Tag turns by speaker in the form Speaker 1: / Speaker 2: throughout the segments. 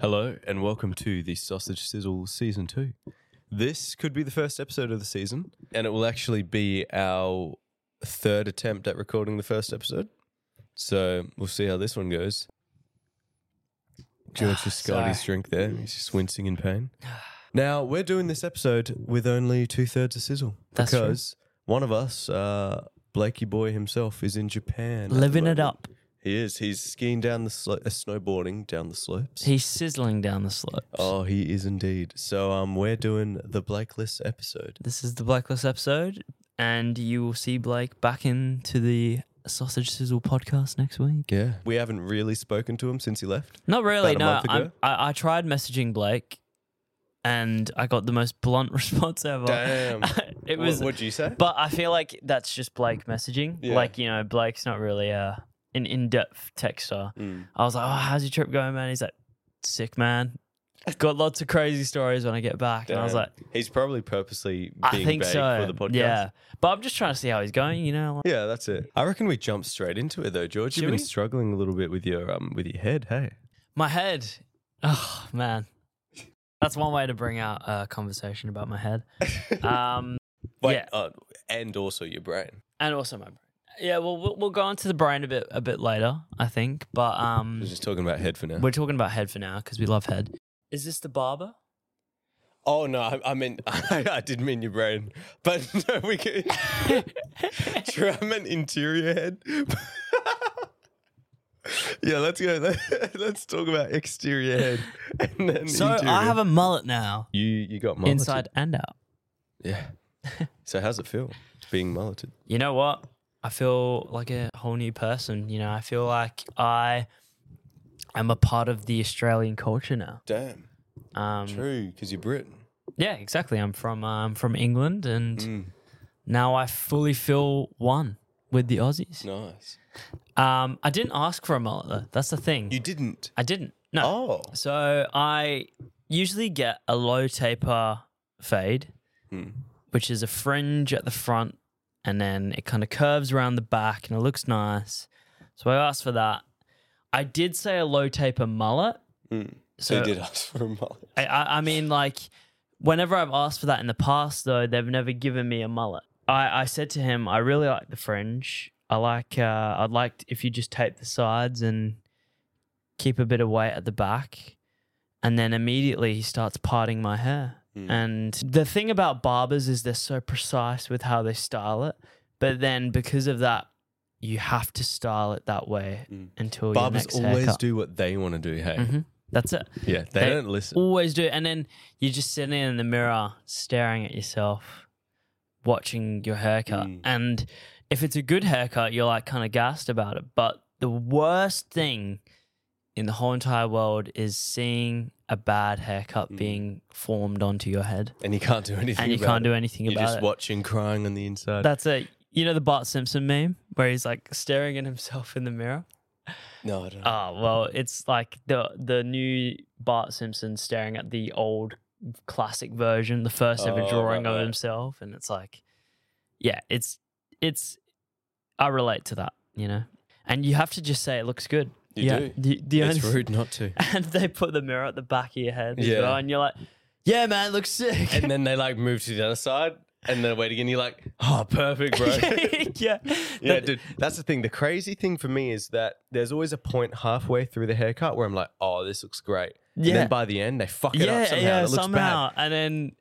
Speaker 1: Hello and welcome to the Sausage Sizzle Season 2. This could be the first episode of the season, and it will actually be our third attempt at recording the first episode. So we'll see how this one goes. George just got his
Speaker 2: Ah, sorry.
Speaker 1: drink there. He's just wincing in pain. Now, we're doing this episode with only two thirds of sizzle.
Speaker 2: That's true.
Speaker 1: because one of us, uh, Blakey Boy himself, is in Japan. at the
Speaker 2: Living it
Speaker 1: moment.
Speaker 2: up.
Speaker 1: He is. He's skiing down the slo- uh, snowboarding down the slopes.
Speaker 2: He's sizzling down the slopes.
Speaker 1: Oh, he is indeed. So um, we're doing the Blakelist episode.
Speaker 2: This is the Blacklist episode, and you will see Blake back into the Sausage Sizzle podcast next week.
Speaker 1: Yeah, we haven't really spoken to him since he left.
Speaker 2: Not
Speaker 1: About
Speaker 2: really.
Speaker 1: a
Speaker 2: no,
Speaker 1: month
Speaker 2: I'm-
Speaker 1: ago?
Speaker 2: I, I tried messaging Blake, and I got the most blunt response ever.
Speaker 1: Damn.
Speaker 2: it was.
Speaker 1: What did you say?
Speaker 2: But I feel like that's just Blake messaging.
Speaker 1: Yeah.
Speaker 2: Like you know, Blake's not really a an in depth texter.
Speaker 1: Mm.
Speaker 2: I was like, "Oh, how's your trip going, man?" He's like, "Sick, man." Got lots of crazy stories when I get back, and I was
Speaker 1: Damn.
Speaker 2: like.
Speaker 1: He's probably purposely being
Speaker 2: I think
Speaker 1: vague
Speaker 2: so.
Speaker 1: for the podcast.
Speaker 2: Yeah, but I'm just trying to see how he's going. You know, like,
Speaker 1: Yeah, that's it. I reckon we jump straight into it though, George.
Speaker 2: Should
Speaker 1: You've been
Speaker 2: we?
Speaker 1: struggling a little bit with your um with your head, hey.
Speaker 2: my head. Oh man, that's one way to bring out a conversation about my head. Um,
Speaker 1: Wait,
Speaker 2: Yeah.
Speaker 1: uh, and also your brain.
Speaker 2: and also my brain. Yeah, well, we'll we'll go on to the brain a bit a bit later, I think. But
Speaker 1: I
Speaker 2: um,
Speaker 1: was just talking about head for now.
Speaker 2: we're talking about head for now because we love head. Is this the barber?
Speaker 1: Oh no, I, I meant I, didn't mean your brain, but no, we can. True, I meant interior head. yeah, let's go. Let, us talk about exterior head and then
Speaker 2: So
Speaker 1: interior.
Speaker 2: I have a mullet now,
Speaker 1: you you got mulleted.
Speaker 2: inside and out.
Speaker 1: Yeah. So how's it feel being mulleted?
Speaker 2: you know what? I feel like a whole new person. You know, I feel like I am a part of the Australian culture now.
Speaker 1: Damn,
Speaker 2: Um,
Speaker 1: true, because you're Britain.
Speaker 2: yeah, exactly. I'm from uh, I'm from England, and
Speaker 1: Mm.
Speaker 2: now I fully feel one with the Aussies.
Speaker 1: Nice.
Speaker 2: Um, I didn't ask for a mullet though. That's the thing.
Speaker 1: You didn't.
Speaker 2: I didn't. No.
Speaker 1: Oh,
Speaker 2: So I usually get a low taper fade,
Speaker 1: Hmm.
Speaker 2: which is a fringe at the front, and then it kind of curves around the back, and it looks nice. So I asked for that. I did say a low taper mullet.
Speaker 1: Mm. so
Speaker 2: So,
Speaker 1: you did ask for a mullet.
Speaker 2: I, I, I mean, like, whenever I've asked for that in the past, though, they've never given me a mullet. I, I said to him, I really like the fringe. I like, uh, I'd like if you just tape the sides and keep a bit of weight at the back. And then immediately he starts parting my hair.
Speaker 1: Mm.
Speaker 2: And the thing about barbers is they're so precise with how they style it. But then because of that, you have to style it that way
Speaker 1: Mm.
Speaker 2: until
Speaker 1: Barbers
Speaker 2: your next
Speaker 1: always
Speaker 2: haircut.
Speaker 1: do what they want to do. Hey,
Speaker 2: Mhm. That's it
Speaker 1: yeah, they,
Speaker 2: They-
Speaker 1: don't listen.
Speaker 2: always do. And then you're just sitting in the mirror, staring at yourself, watching your haircut.
Speaker 1: Mm.
Speaker 2: And if it's a good haircut, you're like kind of gassed about it. But the worst thing in the whole entire world is seeing a bad haircut
Speaker 1: Mm.
Speaker 2: being formed onto your head,
Speaker 1: And you can't do anything.
Speaker 2: and you
Speaker 1: about
Speaker 2: can't
Speaker 1: it.
Speaker 2: do anything
Speaker 1: You're
Speaker 2: about
Speaker 1: just
Speaker 2: it.
Speaker 1: watching, crying on the inside.
Speaker 2: That's it. You know the Bart Simpson meme where he's like staring at himself in the mirror.
Speaker 1: no, I don't.
Speaker 2: Oh well, it's like the the new Bart Simpson staring at the old classic version, the first ever
Speaker 1: Oh,
Speaker 2: drawing
Speaker 1: right,
Speaker 2: of
Speaker 1: right.
Speaker 2: himself, and it's like, yeah, it's it's I relate to that, you know. And you have to just say it looks good.
Speaker 1: You
Speaker 2: yeah,
Speaker 1: do.
Speaker 2: The, the
Speaker 1: it's
Speaker 2: only,
Speaker 1: rude not to.
Speaker 2: and they put the mirror at the back of your head, as
Speaker 1: Yeah.
Speaker 2: well, and you're like, yeah, man, it looks sick.
Speaker 1: and then they like move to the other side, and then wait again. You're like, oh, perfect, bro.
Speaker 2: yeah,
Speaker 1: yeah,
Speaker 2: That-
Speaker 1: dude. That's the thing. The crazy thing for me is that there's always a point halfway through the haircut where I'm like, oh, this looks great. And
Speaker 2: yeah.
Speaker 1: then by the end, they fuck it
Speaker 2: yeah,
Speaker 1: up somehow.
Speaker 2: yeah,
Speaker 1: it looks
Speaker 2: somehow. And then,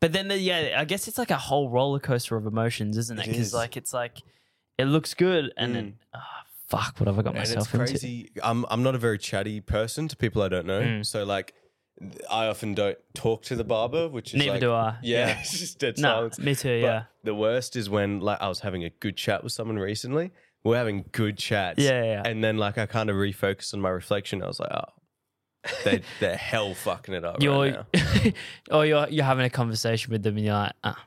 Speaker 2: but then, the, yeah, I guess it's like a whole roller coaster of emotions, isn't it?
Speaker 1: It
Speaker 2: Because
Speaker 1: is.
Speaker 2: like it's like it looks good, and then oh, fuck, what have I got
Speaker 1: bad. And it's
Speaker 2: myself into?
Speaker 1: crazy. I'm I'm not a very chatty person to people I don't know.
Speaker 2: Mm.
Speaker 1: So like, th- I often don't talk to the barber, which is
Speaker 2: Neither
Speaker 1: like,
Speaker 2: do I.
Speaker 1: Yeah, it's just dead
Speaker 2: No,
Speaker 1: silence.
Speaker 2: me too.
Speaker 1: But
Speaker 2: Yeah.
Speaker 1: The worst is when like I was having a good chat with someone recently. We We're having good chats.
Speaker 2: yeah, yeah, yeah.
Speaker 1: And then like I kind of refocused on my reflection. I was like, oh, they they're hell fucking it up. right
Speaker 2: You're,
Speaker 1: now.
Speaker 2: or you're you're having a conversation with them, and you're like, ah,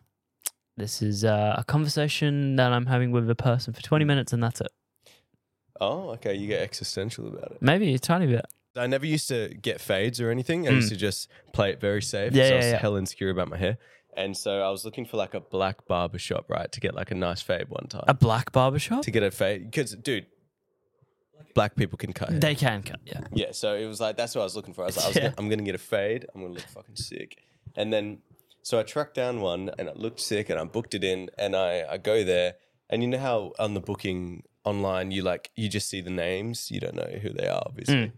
Speaker 2: this is uh, a conversation that I'm having with a person for
Speaker 1: Mm.
Speaker 2: 20 minutes, and that's it.
Speaker 1: Oh, okay. You get existential about it.
Speaker 2: Maybe a tiny bit.
Speaker 1: I never used to get fades or anything. I used to just play it very safe.
Speaker 2: Hmm. Yeah,
Speaker 1: so I
Speaker 2: yeah,
Speaker 1: was
Speaker 2: yeah.
Speaker 1: hell insecure about my hair. And so I was looking for like a black barber shop, right, to get like a nice fade one time.
Speaker 2: A black barbershop.
Speaker 1: to get a fade. Because, dude, black people can cut hair.
Speaker 2: They can cut, yeah.
Speaker 1: Yeah, so it was like that's what I was looking for. I was like, I was
Speaker 2: Yeah.
Speaker 1: gonna, I'm gonna get a fade. I'm gonna look fucking sick. And then, so I tracked down one, and it looked sick, and I booked it in, and I I go there, and you know how on the booking online you like you just see the names, you don't know who they are, obviously.
Speaker 2: Mm.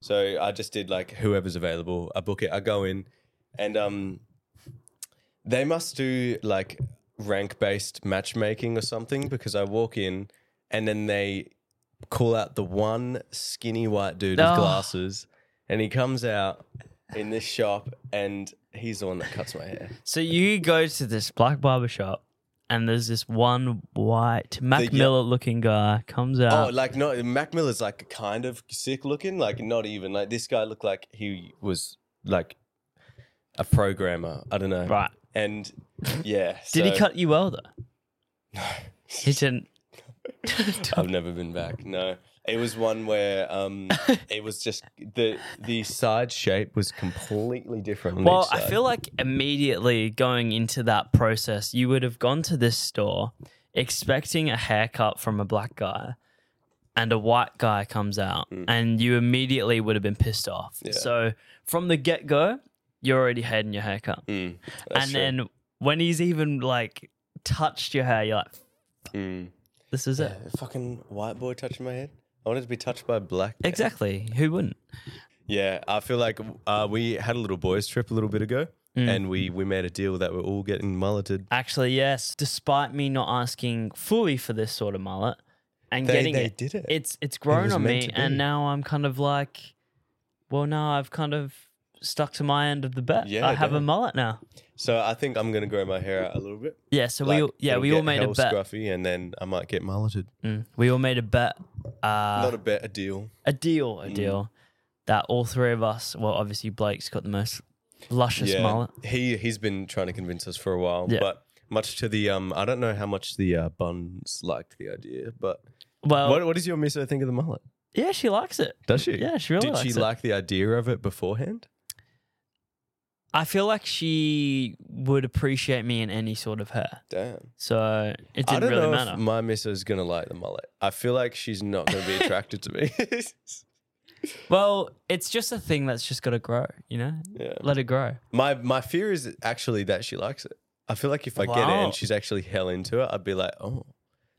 Speaker 1: So I just did like whoever's available. I book it. I go in, and um, they must do like rank based matchmaking or something because I walk in, and then they call out the one skinny white dude
Speaker 2: Oh.
Speaker 1: with glasses, and he comes out in this shop, and he's the one that cuts my hair.
Speaker 2: So you go to this black barber shop, and there's this one white Mac
Speaker 1: The- yeah.
Speaker 2: Miller looking guy comes out.
Speaker 1: oh, like no, Mac Miller's like kind of sick looking. Like not even like this guy looked like he was like a programmer. I don't know.
Speaker 2: right.
Speaker 1: And yeah,
Speaker 2: Did he
Speaker 1: so-
Speaker 2: cut you well though? He didn't.
Speaker 1: I've never been back. No, it was one where um, it was just the the side shape was completely different. on
Speaker 2: Well,
Speaker 1: each
Speaker 2: I
Speaker 1: side.
Speaker 2: feel like immediately going into that process, you would have gone to this store expecting a haircut from a black guy, and a white guy comes out, and you immediately would have been pissed off.
Speaker 1: Mm. Yeah.
Speaker 2: So from the get go, you're already hating your haircut.
Speaker 1: Mm, that's
Speaker 2: and
Speaker 1: true.
Speaker 2: then when he's even like touched your hair, you're like, this is it.
Speaker 1: Mm. fucking white boy touching my head. I wanted to be touched by a black. man.
Speaker 2: Exactly. Who wouldn't?
Speaker 1: Yeah, I feel like uh, we had a little boys trip a little bit ago,
Speaker 2: Mm.
Speaker 1: and we we made a deal that we're all getting mulleted.
Speaker 2: Actually, yes. Despite me not asking fully for this sort of mullet and
Speaker 1: They-
Speaker 2: getting
Speaker 1: they
Speaker 2: it,
Speaker 1: did it.
Speaker 2: It's it's grown
Speaker 1: was
Speaker 2: on
Speaker 1: meant
Speaker 2: me,
Speaker 1: to be.
Speaker 2: and now I'm kind of like, well, no, I've kind of stuck to my end of the bet.
Speaker 1: Yeah,
Speaker 2: I have a
Speaker 1: damn.
Speaker 2: mullet now.
Speaker 1: So I think I'm gonna grow my hair out a little bit.
Speaker 2: Yeah. So we
Speaker 1: Like,
Speaker 2: all, yeah
Speaker 1: it'll
Speaker 2: we all
Speaker 1: get
Speaker 2: made a
Speaker 1: hell
Speaker 2: bet.
Speaker 1: Scruffy, and then I might get mulleted.
Speaker 2: Mm. We all made a bet. Uh,
Speaker 1: Not a bet, a deal.
Speaker 2: a deal,
Speaker 1: Mm.
Speaker 2: a deal. That all three of us. Well, obviously Blake's got the most luscious mullet.
Speaker 1: He he's been trying to convince us for a while,
Speaker 2: Yeah.
Speaker 1: but much to the um, I don't know how much the uh, buns liked the idea, but
Speaker 2: Well,
Speaker 1: what what does your miso think of the mullet?
Speaker 2: yeah, she likes it.
Speaker 1: Does she?
Speaker 2: Yeah, Oh. she really
Speaker 1: Did she
Speaker 2: likes it.
Speaker 1: like the idea of it beforehand?
Speaker 2: I feel like she would appreciate me in any sort of hair.
Speaker 1: Damn,
Speaker 2: So it
Speaker 1: I
Speaker 2: didn't
Speaker 1: don't
Speaker 2: really
Speaker 1: know
Speaker 2: matter.
Speaker 1: if my miso's gonna like the mullet. I feel like she's not gonna be attracted to me.
Speaker 2: well, it's just a thing that's just got to grow, you know?
Speaker 1: yeah,
Speaker 2: Let it grow.
Speaker 1: my my fear is actually that she likes it. I feel like if I get it
Speaker 2: Wow.
Speaker 1: and she's actually hell into it, I'd be like, oh.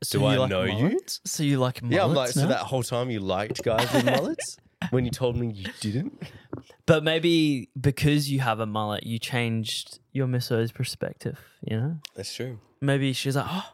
Speaker 2: So
Speaker 1: Do
Speaker 2: you
Speaker 1: I
Speaker 2: like
Speaker 1: know you?
Speaker 2: mullets? So you like mullets?
Speaker 1: Yeah, I'm like, so
Speaker 2: now?
Speaker 1: that whole time you liked guys with mullets when you told me you didn't?
Speaker 2: But maybe because you have a mullet, you changed your misso's perspective, you know?
Speaker 1: That's true.
Speaker 2: Maybe she's like, oh,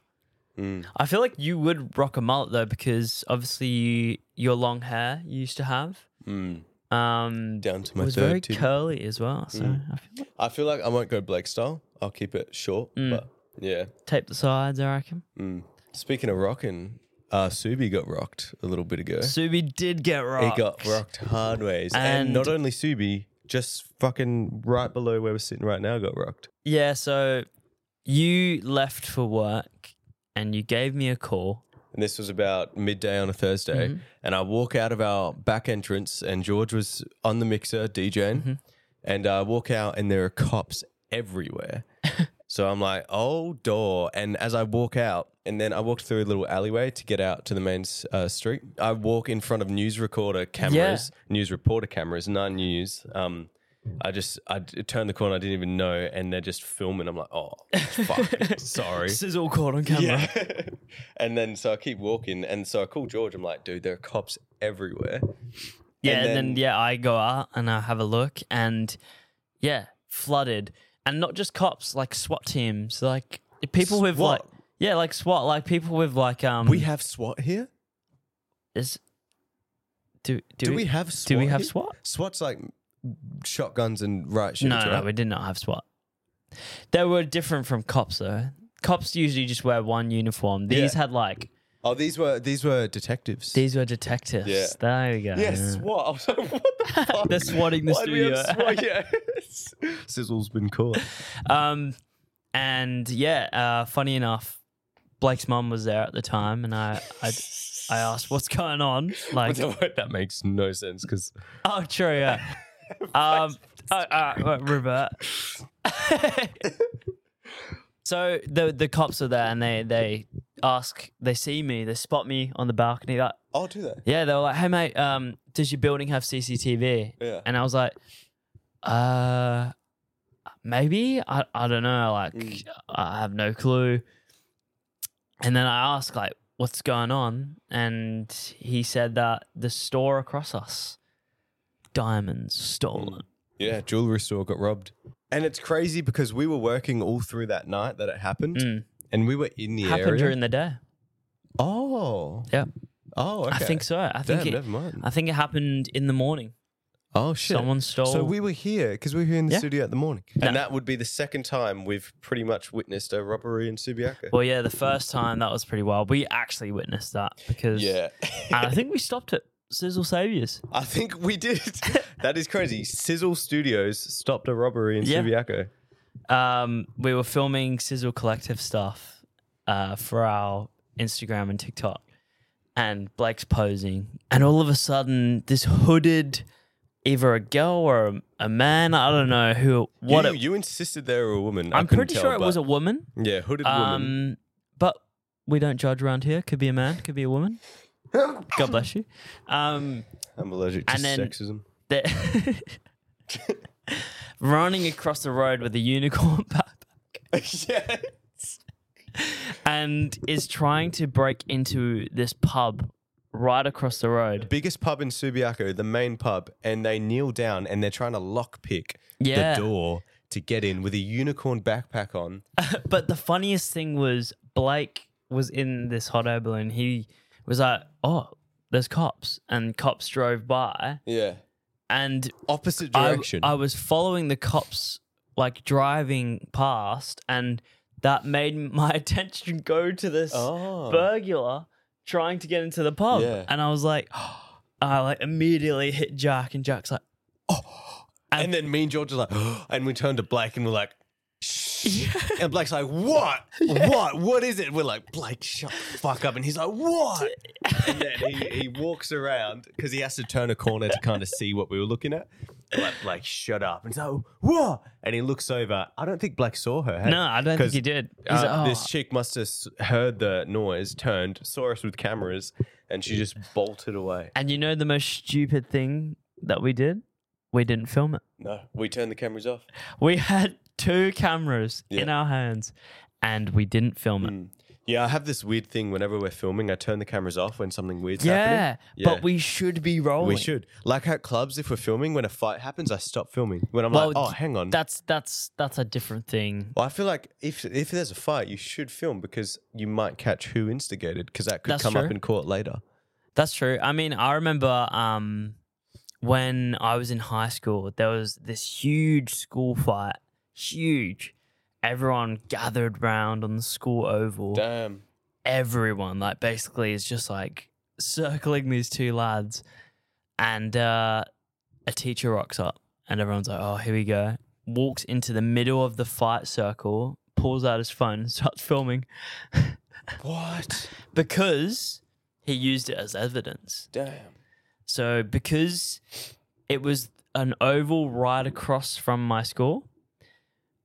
Speaker 1: Mm.
Speaker 2: I feel like you would rock a mullet though, because obviously you, your long hair you used to have
Speaker 1: Mm.
Speaker 2: um,
Speaker 1: Down to my
Speaker 2: was
Speaker 1: third Mm.
Speaker 2: very
Speaker 1: titty.
Speaker 2: curly as well. So I feel like
Speaker 1: I feel like I won't go Blake style. I'll keep it short.
Speaker 2: Mm.
Speaker 1: But yeah.
Speaker 2: tape the sides, I reckon.
Speaker 1: Mm. Speaking of rocking, uh, Subi got rocked a little bit ago.
Speaker 2: Subi did
Speaker 1: he
Speaker 2: get rocked.
Speaker 1: got rocked hard ways. And,
Speaker 2: And-
Speaker 1: not only Subi, just fucking right below where we're sitting right now got rocked.
Speaker 2: Yeah, so you left for work and you gave me a call.
Speaker 1: And this was about midday on a Thursday. And I walk out of our back entrance, and George was on the mixer DJing. And I walk out, and there are cops everywhere. so I'm like, oh, door. And as I walk out, and then I walked through a little alleyway to get out to the main uh, street. I walk in front of news recorder cameras, news reporter cameras, not news. Um, I just I d- turned the corner, I didn't even know, and they're just filming. I'm like, oh, fuck, sorry.
Speaker 2: This is all caught on camera.
Speaker 1: Yeah. and then so I keep walking, and so I call George. I'm like, dude, there are cops everywhere.
Speaker 2: Yeah,
Speaker 1: And
Speaker 2: and, then,
Speaker 1: then-
Speaker 2: yeah, I go out and I have a look, and yeah, flooded, and not just cops, like SWAT teams, like people with like
Speaker 1: SWAT?
Speaker 2: yeah, like SWAT, like people with like um.
Speaker 1: We have SWAT here.
Speaker 2: is do do,
Speaker 1: Do
Speaker 2: we,
Speaker 1: we have SWAT?
Speaker 2: do we have
Speaker 1: here?
Speaker 2: SWAT?
Speaker 1: SWAT's like shotguns and right shooters.
Speaker 2: No, no,
Speaker 1: right?
Speaker 2: we did not have SWAT. They were different from cops though. Cops usually just wear one uniform. These
Speaker 1: Yeah.
Speaker 2: had like
Speaker 1: oh, these were these were detectives.
Speaker 2: these were detectives.
Speaker 1: Yeah.
Speaker 2: There we go.
Speaker 1: Yes, SWAT. I was like, what the fuck?
Speaker 2: They're swatting the
Speaker 1: Why do we have
Speaker 2: studio.
Speaker 1: SWAT? Yeah. Sizzle's been caught.
Speaker 2: Um, and yeah, uh, funny enough, Blake's mum was there at the time, and I, I, I asked, "What's going on?" Like,
Speaker 1: that makes no sense because
Speaker 2: oh, true, yeah. Um, uh, uh, revert. so the the cops are there, and they they ask, they see me, they spot me on the balcony. Like,
Speaker 1: I'll do that.
Speaker 2: yeah, they were like, hey, mate, um, does your building have CCTV?
Speaker 1: Yeah.
Speaker 2: And I was like, uh, maybe I, I don't know. Like,
Speaker 1: Mm.
Speaker 2: I have no clue. And then I asked, like, what's going on? And he said that the store across us, diamonds stolen.
Speaker 1: Yeah, jewelry store got robbed. And it's crazy because we were working all through that night that it happened,
Speaker 2: Mm.
Speaker 1: and we were in the
Speaker 2: Happened
Speaker 1: area.
Speaker 2: during the day.
Speaker 1: oh,
Speaker 2: Yeah.
Speaker 1: oh, okay.
Speaker 2: I think so. I think
Speaker 1: Damn,
Speaker 2: it,
Speaker 1: never mind.
Speaker 2: I think it happened in the morning.
Speaker 1: oh shit.
Speaker 2: Someone stole.
Speaker 1: so we were here because we were here in the
Speaker 2: Yeah.
Speaker 1: studio at the morning,
Speaker 2: No.
Speaker 1: and that would be the second time we've pretty much witnessed a robbery in Subiaco.
Speaker 2: well, yeah, the first time that was pretty wild. We actually witnessed that because
Speaker 1: yeah,
Speaker 2: and I think we stopped at Sizzle Saviors.
Speaker 1: I think we did. that is crazy. Sizzle Studios stopped a robbery in
Speaker 2: Yeah.
Speaker 1: Subiaco.
Speaker 2: Um, we were filming Sizzle Collective stuff uh, for our Instagram and TikTok, and Blake's posing, and all of a sudden, this hooded, either a girl or a, a man, I don't know who, what
Speaker 1: you,
Speaker 2: it,
Speaker 1: you insisted they were a woman. I
Speaker 2: I'm
Speaker 1: couldn't
Speaker 2: pretty
Speaker 1: tell,
Speaker 2: sure it was a
Speaker 1: but-
Speaker 2: woman.
Speaker 1: yeah hooded woman.
Speaker 2: Um, but we don't judge around here. Could be a man, could be a woman. God bless you. Um,
Speaker 1: I'm allergic to
Speaker 2: and then-
Speaker 1: sexism.
Speaker 2: that- running across the road with a unicorn back
Speaker 1: yeah.
Speaker 2: and is trying to break into this pub right across the road.
Speaker 1: biggest pub in Subiaco, the main pub, and they kneel down and they're trying to lockpick
Speaker 2: Yeah.
Speaker 1: the door to get in with a unicorn backpack on.
Speaker 2: But the funniest thing was Blake was in this hot air balloon. He was like, "Oh, there's cops," and cops drove by,
Speaker 1: Yeah.
Speaker 2: and
Speaker 1: Opposite
Speaker 2: I-
Speaker 1: direction.
Speaker 2: I, was following the cops like driving past, and that made my attention go to this
Speaker 1: oh.
Speaker 2: burglar trying to get into the pub,
Speaker 1: Yeah.
Speaker 2: and I was like, I like immediately hit Jack, and Jack's like,
Speaker 1: and then me and George are like, and we turn to Blake and we're like, shh. And Blake's like, what? What? What is it? We're like, Blake, shut the fuck up. And he's like, what? And then he, he walks around because he has to turn a corner to kind of see what we were looking at. We're like, Blake, shut up. And so, what? And he looks over. I don't think Blake saw her. hey?
Speaker 2: "No, I don't think
Speaker 1: 'Cause,
Speaker 2: he did." He's
Speaker 1: Uh,
Speaker 2: like, "Oh."
Speaker 1: This chick must have s- heard the noise, turned, saw us with cameras, and she just bolted away.
Speaker 2: And you know the most stupid thing that we did? We didn't film it.
Speaker 1: No, we turned the cameras off.
Speaker 2: We had two cameras in
Speaker 1: Yeah. Mm,
Speaker 2: our hands and we didn't film it.
Speaker 1: Yeah, I have this weird thing whenever we're filming, I turn the cameras off when something weird's happening.
Speaker 2: Yeah,
Speaker 1: Yeah.
Speaker 2: but we should be rolling.
Speaker 1: We should. Like at clubs, if we're filming, when a fight happens, I stop filming. When I'm
Speaker 2: Well,
Speaker 1: like, oh, hang on.
Speaker 2: That's that's that's a different thing.
Speaker 1: well, I feel like if if there's a fight, you should film because you might catch who instigated because that could
Speaker 2: That's
Speaker 1: come up
Speaker 2: true.
Speaker 1: in court later.
Speaker 2: That's true. I mean, I remember um, when I was in high school, there was this huge school fight, huge. Everyone gathered round on the school oval.
Speaker 1: Damn.
Speaker 2: everyone like basically is just like circling these two lads and uh a teacher rocks up and everyone's like oh here we go walks into the middle of the fight circle pulls out his phone and starts filming
Speaker 1: What?
Speaker 2: because he used it as evidence
Speaker 1: Damn.
Speaker 2: so because it was an oval right across from my school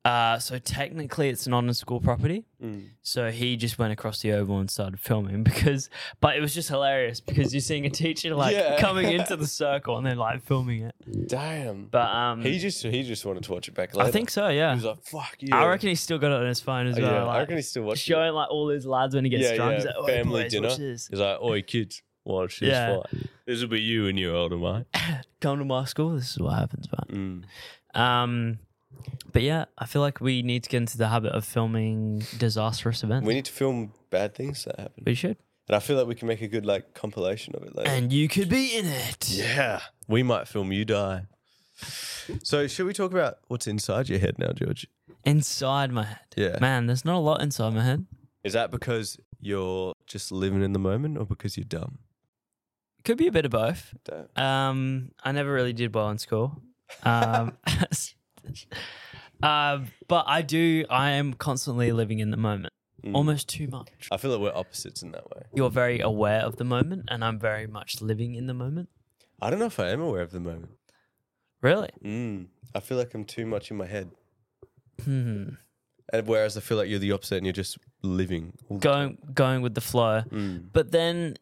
Speaker 2: uh so technically it's not on school property
Speaker 1: Mm.
Speaker 2: so he just went across the oval and started filming because, but it was just hilarious because you're seeing a teacher like
Speaker 1: Yeah.
Speaker 2: coming into the circle and then like filming it.
Speaker 1: Damn.
Speaker 2: But um,
Speaker 1: just he just wanted to watch it back
Speaker 2: I think so. Yeah,
Speaker 1: like, fuck you.
Speaker 2: I reckon he's still got it on his phone as well. like,
Speaker 1: he's still
Speaker 2: showing like all his lads when he gets drunk. He's like, "Oi, boys, watch this.
Speaker 1: He's like, oi, kids, watch
Speaker 2: this Yeah.
Speaker 1: fight. This will be you and your older mate.
Speaker 2: Come to my school. This is what happens, man.
Speaker 1: Mm.
Speaker 2: Um, but yeah, I feel like we need to get into the habit of filming disastrous events.
Speaker 1: We
Speaker 2: We,
Speaker 1: need to film bad things that happen.
Speaker 2: should,
Speaker 1: And I feel like we can make a good like compilation of it later.
Speaker 2: and you could be in it.
Speaker 1: yeah. We might film you die. So should we talk about what's inside your head now, George?
Speaker 2: Inside my head,
Speaker 1: Yeah.
Speaker 2: man. There's not a lot inside my head.
Speaker 1: Is that because you're just living in the moment or because you're dumb?
Speaker 2: Could be a bit of both.
Speaker 1: Damn.
Speaker 2: Um, I never really did well in school. Um, um, but I do. I am constantly living in the moment, almost too much.
Speaker 1: I feel like we're opposites in that way.
Speaker 2: You're very aware of the moment, and I'm very much living in the moment.
Speaker 1: I don't know if I am aware of the moment.
Speaker 2: Really?
Speaker 1: Mm. I feel like I'm too much in my head.
Speaker 2: Hmm.
Speaker 1: And whereas I feel like you're the opposite and you're just living. all the
Speaker 2: going going with the flow.
Speaker 1: time.
Speaker 2: But then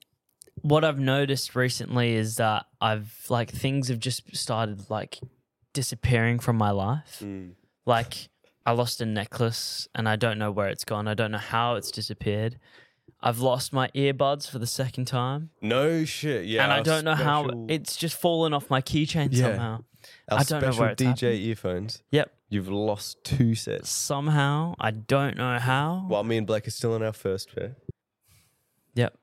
Speaker 2: what I've noticed recently is that I've like things have just started like disappearing from my life.
Speaker 1: Mm, mm.
Speaker 2: Like I lost a necklace and I don't know where it's gone. I don't know how it's disappeared. I've lost my earbuds for the second time.
Speaker 1: No shit. Yeah.
Speaker 2: and I
Speaker 1: our
Speaker 2: don't know how
Speaker 1: special-
Speaker 2: it's just fallen off my keychain
Speaker 1: Yeah.
Speaker 2: somehow.
Speaker 1: our
Speaker 2: I don't know
Speaker 1: special
Speaker 2: where it's
Speaker 1: DJ
Speaker 2: happened.
Speaker 1: earphones.
Speaker 2: Yep.
Speaker 1: You've lost two sets.
Speaker 2: Somehow. I don't know how.
Speaker 1: While me and Blake are still in our first pair.
Speaker 2: Yep.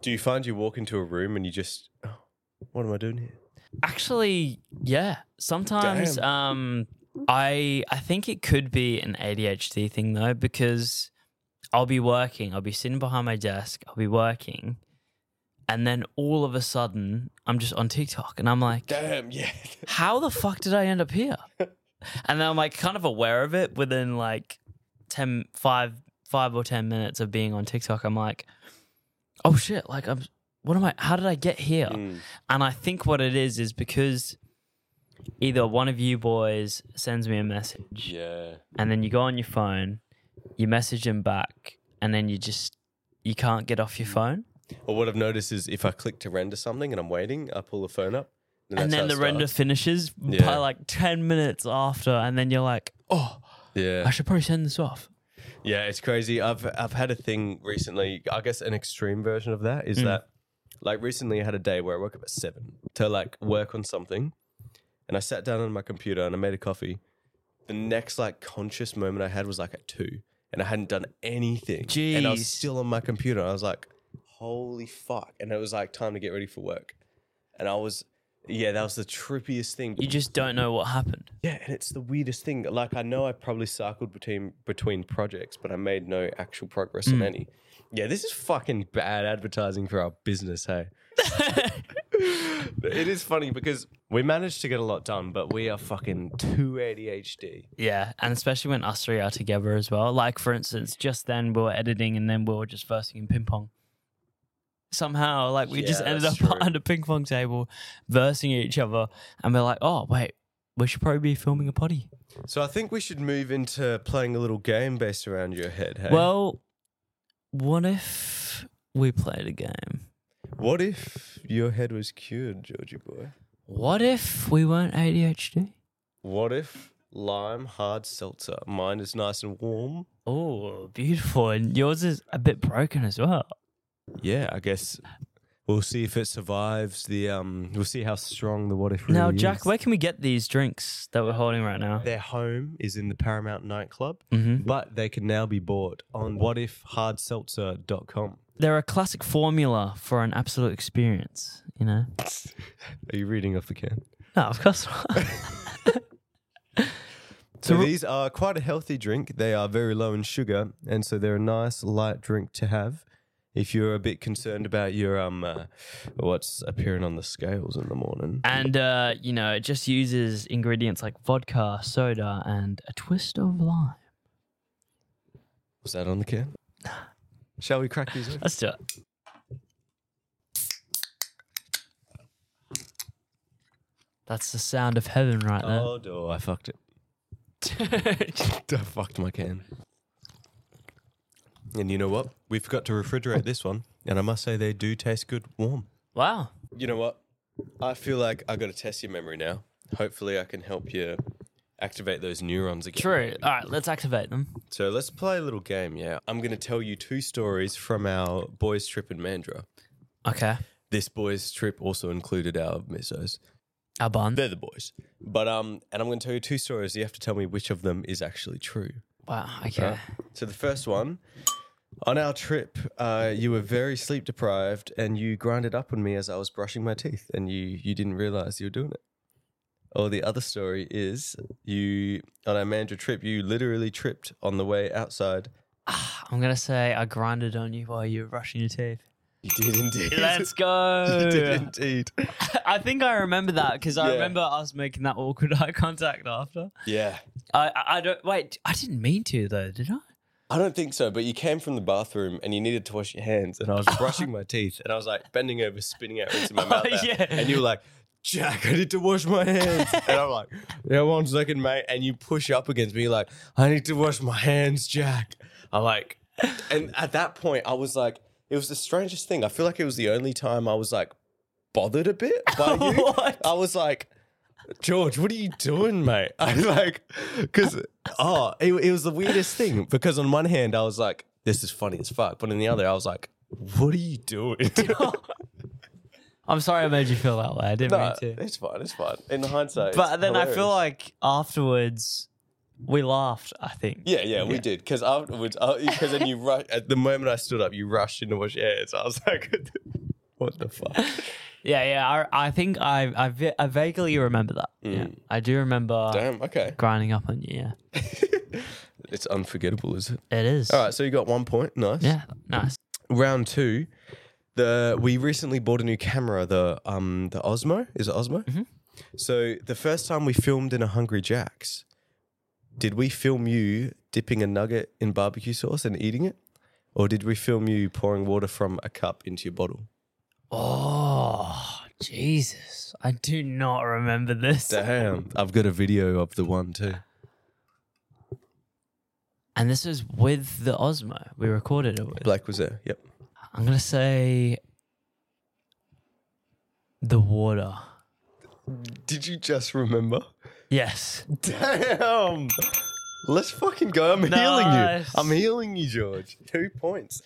Speaker 1: Do you find you walk into a room and you just, oh, what am I doing here?
Speaker 2: Actually, yeah. Sometimes
Speaker 1: Damn.
Speaker 2: um I I think it could be an ADHD thing though because I'll be working, I'll be sitting behind my desk, I'll be working and then all of a sudden I'm just on TikTok and I'm like
Speaker 1: Damn, yeah.
Speaker 2: how the fuck did I end up here? and then I'm like kind of aware of it within like 10, 5, 5 or 10 minutes of being on TikTok. I'm like, oh shit, like I'm, what am I, how did I get here?
Speaker 1: Mm.
Speaker 2: And I think what it is is because either one of you boys sends me a message
Speaker 1: Yeah.
Speaker 2: and then you go on your phone, you message them back, and then you just, you can't get off your phone.
Speaker 1: Well, what I've noticed is if I click to render something and I'm waiting, I pull the phone up.
Speaker 2: and
Speaker 1: that's how
Speaker 2: then the
Speaker 1: it
Speaker 2: render
Speaker 1: starts.
Speaker 2: finishes by
Speaker 1: Yeah.
Speaker 2: like 10 minutes after. And then you're like, oh, I
Speaker 1: Yeah.
Speaker 2: should probably send this off.
Speaker 1: Yeah, it's crazy. I've I've had a thing recently. I guess an extreme version of that is
Speaker 2: Mm.
Speaker 1: that, like, recently I had a day where I woke up at seven to like work on something, and I sat down on my computer and I made a coffee. The next like conscious moment I had was like at two, and I hadn't done anything, and I
Speaker 2: Jeez.
Speaker 1: was still on my computer. I was like, "Holy fuck!" And it was like time to get ready for work, and I was, yeah, that was the trippiest thing.
Speaker 2: You just don't know what happened.
Speaker 1: Yeah, and it's the weirdest thing. Like I know I probably cycled between between projects, but I made no actual progress on any. Yeah, this is fucking bad advertising for our business, hey. it is funny because we managed to get a lot done, but we are fucking too ADHD.
Speaker 2: Yeah. And especially when us three are together as well. Like, for instance, just then we were editing and then we were just versing in ping pong. Somehow, like, we just
Speaker 1: Yeah,
Speaker 2: ended up
Speaker 1: that's true.
Speaker 2: behind a ping pong table versing each other. And we're like, oh, wait, we should probably be filming a potty.
Speaker 1: So I think we should move into playing a little game based around your head, hey.
Speaker 2: Well, what if we played a game?
Speaker 1: what if your head was cured, Georgie boy?
Speaker 2: What if we weren't ADHD?
Speaker 1: What if lime hard seltzer? Mine is nice and warm.
Speaker 2: Oh, beautiful. And yours is a bit broken as well.
Speaker 1: Yeah, I guess we'll see if it survives the. Um, we'll see how strong the what if.
Speaker 2: Now,
Speaker 1: really
Speaker 2: Jack,
Speaker 1: is.
Speaker 2: where can we get these drinks that we're holding right now?
Speaker 1: their home is in the Paramount nightclub,
Speaker 2: Mm-hmm.
Speaker 1: but they can now be bought on whatifhardseltzer.com.
Speaker 2: They're a classic formula for an absolute experience, you know?
Speaker 1: Are you reading off the can?
Speaker 2: No, of course not.
Speaker 1: So,
Speaker 2: So-
Speaker 1: these are quite a healthy drink. They are very low in sugar, and so they're a nice light drink to have. If you're a bit concerned about your um, uh, what's appearing on the scales in the morning,
Speaker 2: and, uh, you know, it just uses ingredients like vodka, soda, and a twist of lime.
Speaker 1: was that on the can? Shall we crack these? open?
Speaker 2: Let's do it. That's the sound of heaven right there.
Speaker 1: Oh, no, I fucked it.
Speaker 2: Oh.
Speaker 1: I fucked my can. And you know what? We forgot to refrigerate this one, and I must say they do taste good warm.
Speaker 2: wow.
Speaker 1: You know what? I feel like I got to test your memory now. Hopefully, I can help you activate those neurons again.
Speaker 2: True. All right, let's activate them.
Speaker 1: So let's play a little game. Yeah, I'm going to tell you two stories from our boys' trip in Mandra.
Speaker 2: Okay.
Speaker 1: This boys' trip also included our missos.
Speaker 2: Our bun.
Speaker 1: They're the boys, but um, and I'm going to tell you two stories. You have to tell me which of them is actually true.
Speaker 2: Wow. Okay.
Speaker 1: Right. So the first one, on our trip, uh, you were very sleep deprived, and you grinded up on me as I was brushing my teeth, and you you didn't realize you were doing it. Or the other story is you on our Mandra trip, you literally tripped on the way outside.
Speaker 2: I'm gonna say I grinded on you while you were brushing your teeth.
Speaker 1: You did indeed.
Speaker 2: Let's
Speaker 1: you did
Speaker 2: go.
Speaker 1: indeed.
Speaker 2: I think I remember that because I
Speaker 1: Yeah.
Speaker 2: remember us making that awkward eye contact after.
Speaker 1: Yeah.
Speaker 2: I, I I don't wait. I didn't mean to though, did I?
Speaker 1: I don't think so, but you came from the bathroom and you needed to wash your hands, and I was brushing my teeth, and I was like bending over, spitting out into my
Speaker 2: Oh,
Speaker 1: mouth, out,
Speaker 2: yeah.
Speaker 1: and you were like, Jack, I need to wash my hands. and I'm like, yeah, one second, mate. And you push up against me, like, I need to wash my hands, Jack. I'm like, and at that point, I was like, it was the strangest thing. I feel like it was the only time I was like bothered a bit by you.
Speaker 2: What?
Speaker 1: I was like, George, what are you doing, mate? I like, because, oh, it, it was the weirdest thing. Because on one hand, I was like, this is funny as fuck. But on the other, I was like, what are you doing?
Speaker 2: I'm sorry I made you feel that way. I didn't
Speaker 1: no,
Speaker 2: mean to.
Speaker 1: it's fine. It's fine. In hindsight,
Speaker 2: But
Speaker 1: it's
Speaker 2: then I feel
Speaker 1: hilarious.
Speaker 2: like afterwards we laughed, I think.
Speaker 1: Yeah, yeah, we did. Because afterwards, because then you rush. At the moment I stood up, you rushed in to wash your hands. I was like, "What the fuck?"
Speaker 2: Yeah, yeah. I, I think I, I, vi- I vaguely remember that. Yeah. I do remember
Speaker 1: Mm. Damn. Okay,
Speaker 2: grinding up on you. Yeah.
Speaker 1: it's unforgettable, is it?
Speaker 2: It is.
Speaker 1: All right, so you got one point. Nice.
Speaker 2: Yeah. Nice.
Speaker 1: Round two. The we recently bought a new camera. The um the Osmo is it Osmo? So the first time we filmed in a Hungry Jack's, did we film you dipping a nugget in barbecue sauce and eating it, or did we film you pouring water from a cup into your bottle?
Speaker 2: Oh, Jesus. I do not remember this.
Speaker 1: Damn. I've got a video of the one too.
Speaker 2: And this was with the Osmo. We recorded it with.
Speaker 1: Black was there. Yep.
Speaker 2: I'm going to say the water.
Speaker 1: Did you just remember?
Speaker 2: Yes.
Speaker 1: Damn. Let's fucking go. I'm healing you.
Speaker 2: Nice.
Speaker 1: I'm healing you, George. Two points.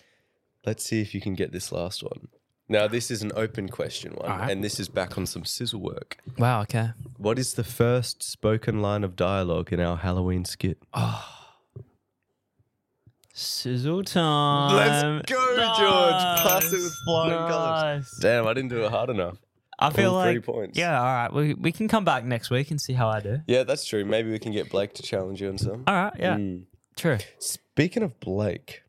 Speaker 1: Let's see if you can get this last one. Now, this is an open question one,
Speaker 2: Alright.
Speaker 1: and this is back on some sizzle work.
Speaker 2: Wow. Okay.
Speaker 1: What is the first spoken line of dialogue in our Halloween skit?
Speaker 2: Sizzle time.
Speaker 1: go,
Speaker 2: Nice. Nice.
Speaker 1: Damn, I didn't do it hard enough.
Speaker 2: I feel
Speaker 1: All
Speaker 2: like
Speaker 1: three points.
Speaker 2: yeah. All right, we we can come back next week and see how I do.
Speaker 1: Yeah, that's true. Maybe we can get Blake to challenge you on some.
Speaker 2: All right, yeah,
Speaker 1: Mm.
Speaker 2: true.
Speaker 1: Speaking of Blake,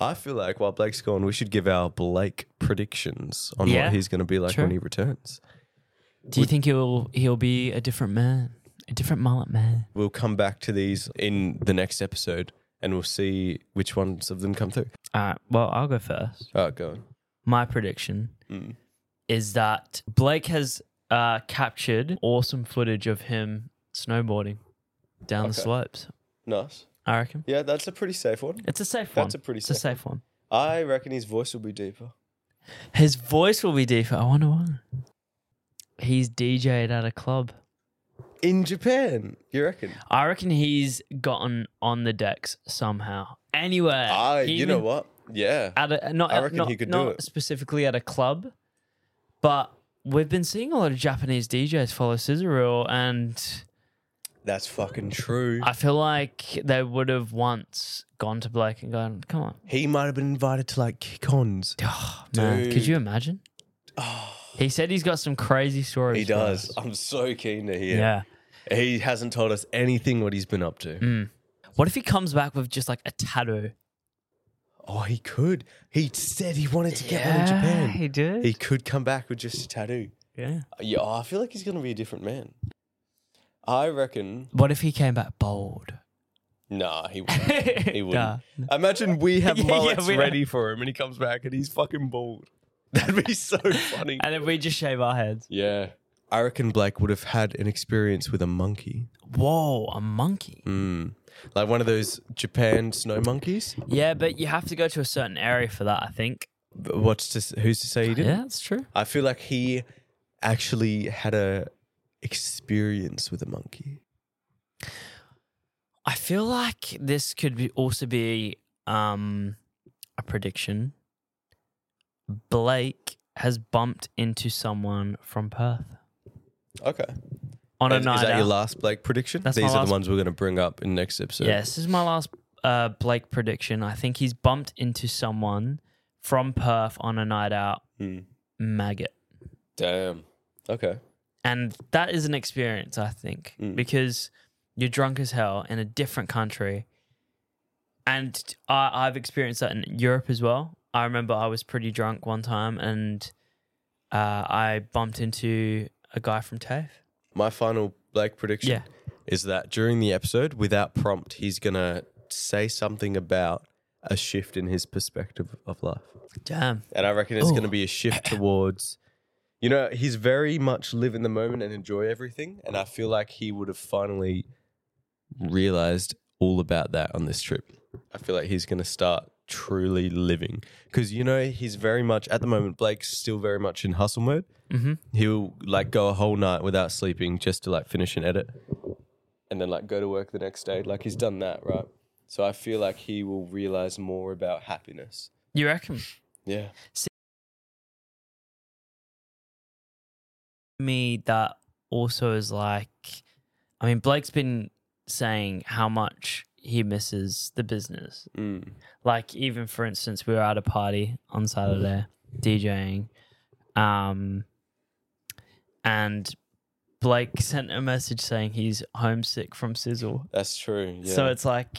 Speaker 1: I feel like while Blake's gone, we should give our Blake predictions on
Speaker 2: Yeah,
Speaker 1: what he's going to be like
Speaker 2: true.
Speaker 1: when he returns.
Speaker 2: Do you think he'll he'll be a different man, a different mullet man?
Speaker 1: We'll come back to these in the next episode and we'll see which ones of them come through.
Speaker 2: All right, well, I'll go first.
Speaker 1: All right, go on.
Speaker 2: My prediction
Speaker 1: Mm.
Speaker 2: is that Blake has uh, captured awesome footage of him snowboarding down the
Speaker 1: Okay.
Speaker 2: slopes.
Speaker 1: Nice.
Speaker 2: I reckon
Speaker 1: Yeah, that's a pretty safe one.
Speaker 2: it's a safe one.
Speaker 1: That's a pretty
Speaker 2: it's a
Speaker 1: safe
Speaker 2: safe one.
Speaker 1: I reckon his voice will be deeper.
Speaker 2: His voice will be deeper. I wonder why. He's DJ'd at a club.
Speaker 1: In Japan, you reckon?
Speaker 2: I reckon he's gotten on the decks somehow. Anywhere.
Speaker 1: I,
Speaker 2: He
Speaker 1: Ah, you know
Speaker 2: even
Speaker 1: what? Yeah.
Speaker 2: At a, not,
Speaker 1: I
Speaker 2: at-
Speaker 1: reckon
Speaker 2: not,
Speaker 1: he could do
Speaker 2: not
Speaker 1: it.
Speaker 2: specifically at a club, but we've been seeing a lot of Japanese DJs follow Cicero, and
Speaker 1: That's fucking true.
Speaker 2: I feel like they would have once gone to Blake and gone, "Come on,
Speaker 1: he might have been invited to like kick ons.
Speaker 2: oh, man, could
Speaker 1: Dude.
Speaker 2: you imagine?" He said he's got some crazy stories.
Speaker 1: He
Speaker 2: for
Speaker 1: does.
Speaker 2: us.
Speaker 1: I'm so keen to hear.
Speaker 2: Yeah. Mm.
Speaker 1: He hasn't told us anything what he's been up to.
Speaker 2: What if he comes back with just like a tattoo?
Speaker 1: Oh, he could. He said he wanted to get one in
Speaker 2: he
Speaker 1: Japan.
Speaker 2: did.
Speaker 1: He could come back with just a tattoo.
Speaker 2: yeah.
Speaker 1: Yeah, oh, I feel like he's going to be a different man. I reckon.
Speaker 2: What if he came back bold?
Speaker 1: Nah, he wouldn't. He
Speaker 2: Nah.
Speaker 1: wouldn't. Imagine we have
Speaker 2: Yeah, yeah,
Speaker 1: mullets
Speaker 2: we-
Speaker 1: ready for him and he comes back and he's fucking bald. That'd be so funny.
Speaker 2: And then we just shave our heads.
Speaker 1: yeah. I reckon Blake would have had an experience with a monkey.
Speaker 2: Whoa, a monkey.
Speaker 1: Mm. Like one of those Japan snow monkeys.
Speaker 2: Yeah, but you have to go to a certain area for that, I think.
Speaker 1: But What's to, s- who's to say he didn't?
Speaker 2: Yeah, that's true.
Speaker 1: I feel like he actually had a experience with a monkey.
Speaker 2: I feel like this could be also be um a prediction. Blake has bumped into someone from Perth
Speaker 1: Okay.
Speaker 2: on
Speaker 1: is,
Speaker 2: a night
Speaker 1: that
Speaker 2: out.
Speaker 1: your last Blake prediction?
Speaker 2: That's
Speaker 1: These
Speaker 2: my
Speaker 1: are
Speaker 2: last-
Speaker 1: the ones we're going to bring up in next episode.
Speaker 2: Yeah, this is my last uh, Blake prediction. I think he's bumped into someone from Perth on a night out.
Speaker 1: Hmm.
Speaker 2: Maggot.
Speaker 1: Damn. Okay.
Speaker 2: And that is an experience, I think,
Speaker 1: Mm.
Speaker 2: because you're drunk as hell in a different country. And I, I've experienced that in Europe as well. I remember I was pretty drunk one time and uh, I bumped into a guy from TAFE.
Speaker 1: My final Blake prediction
Speaker 2: Yeah.
Speaker 1: is that during the episode, without prompt, he's going to say something about a shift in his perspective of life.
Speaker 2: Damn.
Speaker 1: And I reckon it's
Speaker 2: Ooh.
Speaker 1: going to be a shift towards You know, he's very much live in the moment and enjoy everything. And I feel like he would have finally realized all about that on this trip. I feel like he's going to start truly living because, you know, he's very much at the moment, Blake's still very much in hustle mode.
Speaker 2: Mm-hmm.
Speaker 1: He'll like go a whole night without sleeping just to like finish an edit and then like go to work the next day. Like he's done that, right? So I feel like he will realize more about happiness.
Speaker 2: You reckon?
Speaker 1: Yeah.
Speaker 2: me that also is like I mean Blake's been saying how much he misses the business.
Speaker 1: Mm.
Speaker 2: Like even for instance, we were at a party on Saturday DJing um and Blake sent a message saying he's homesick from Sizzle.
Speaker 1: That's true. Yeah.
Speaker 2: So it's like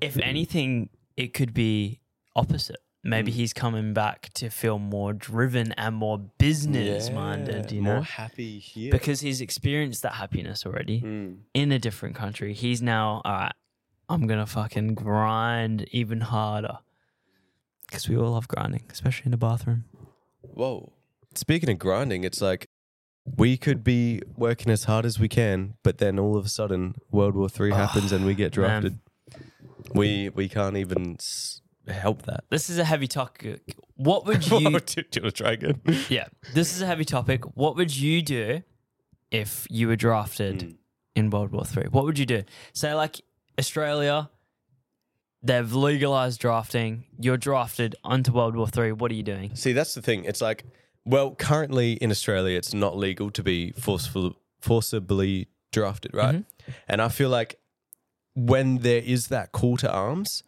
Speaker 2: if anything it could be opposite. Maybe
Speaker 1: Mm.
Speaker 2: he's coming back to feel more driven and more business minded,
Speaker 1: Yeah,
Speaker 2: you
Speaker 1: more
Speaker 2: know
Speaker 1: happy here.
Speaker 2: because he's experienced that happiness already
Speaker 1: Mm.
Speaker 2: in a different country. He's now, all right, I'm going to fucking grind even harder. Because we all love grinding, especially in the bathroom.
Speaker 1: Whoa. Speaking of grinding, it's like we could be working as hard as we can, but then all of a sudden World War Three
Speaker 2: Ah,
Speaker 1: happens and we get drafted. We we can't even s- help that.
Speaker 2: This is a heavy topic. What would you.
Speaker 1: do you want to try again?
Speaker 2: yeah, this is a heavy topic. What would you do if you were drafted
Speaker 1: Mm.
Speaker 2: in World War Three? What would you do? Say, like, Australia. They've legalized drafting. You're drafted onto World War Three. What are you doing?
Speaker 1: See, that's the thing. It's like, well, currently in Australia, it's not legal to be forceful, forcibly drafted, right? And I feel like when there is that call to arms,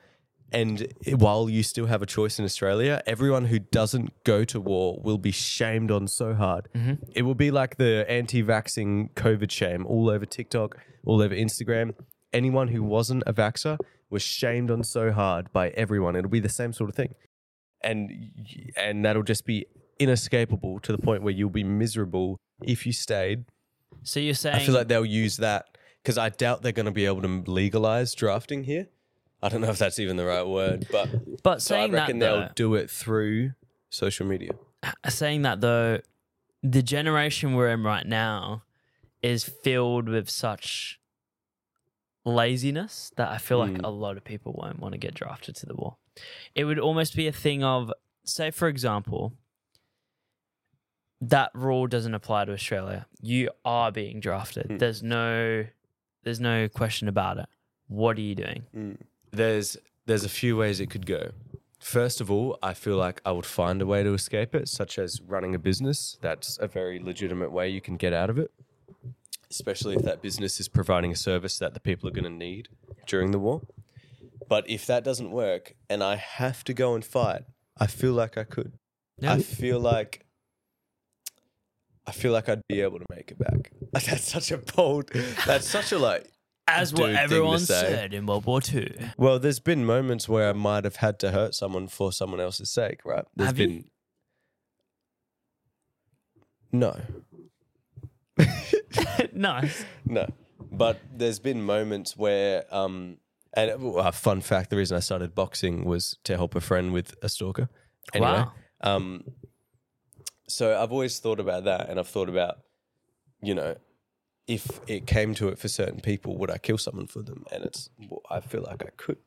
Speaker 1: and while you still have a choice in Australia, everyone who doesn't go to war will be shamed on so hard. It will be like the anti vaxxing COVID shame all over TikTok, all over Instagram. Anyone who wasn't a vaxxer was shamed on so hard by everyone. It'll be the same sort of thing and y- and that'll just be inescapable to the point where you'll be miserable if you stayed.
Speaker 2: So you're saying
Speaker 1: I feel like they'll use that because I doubt they're going to be able to legalize drafting here. I don't know if that's even the right word, but
Speaker 2: But
Speaker 1: so I
Speaker 2: saying
Speaker 1: reckon
Speaker 2: that,
Speaker 1: they'll do it through social media.
Speaker 2: though, saying that though, the generation we're in right now is filled with such laziness that I feel like
Speaker 1: Mm.
Speaker 2: a lot of people won't want to get drafted to the war. It would almost be a thing of, say, for example, that rule doesn't apply to Australia. You are being drafted.
Speaker 1: Mm.
Speaker 2: There's no, there's no question about it. What are you doing?
Speaker 1: There's there's a few ways it could go. First of all, I feel like I would find a way to escape it, such as running a business. That's a very legitimate way you can get out of it, especially if that business is providing a service that the people are going to need during the war. But if that doesn't work and I have to go and fight, I feel like I could.
Speaker 2: Yeah.
Speaker 1: I feel like I feel like I'd be able to make it back. That's such a bold. That's such a like
Speaker 2: As what
Speaker 1: Dude, thing to
Speaker 2: everyone
Speaker 1: say.
Speaker 2: said in World War Two.
Speaker 1: well, there's been moments where I might have had to hurt someone for someone else's sake, right? There's
Speaker 2: Have you?
Speaker 1: been No.
Speaker 2: nice.
Speaker 1: No. But there's been moments where um and a fun fact, the reason I started boxing was to help a friend with a stalker. Anyway,
Speaker 2: Wow.
Speaker 1: um so I've always thought about that and I've thought about you know if it came to it for certain people, would I kill someone for them? And it's, well, I feel like I could.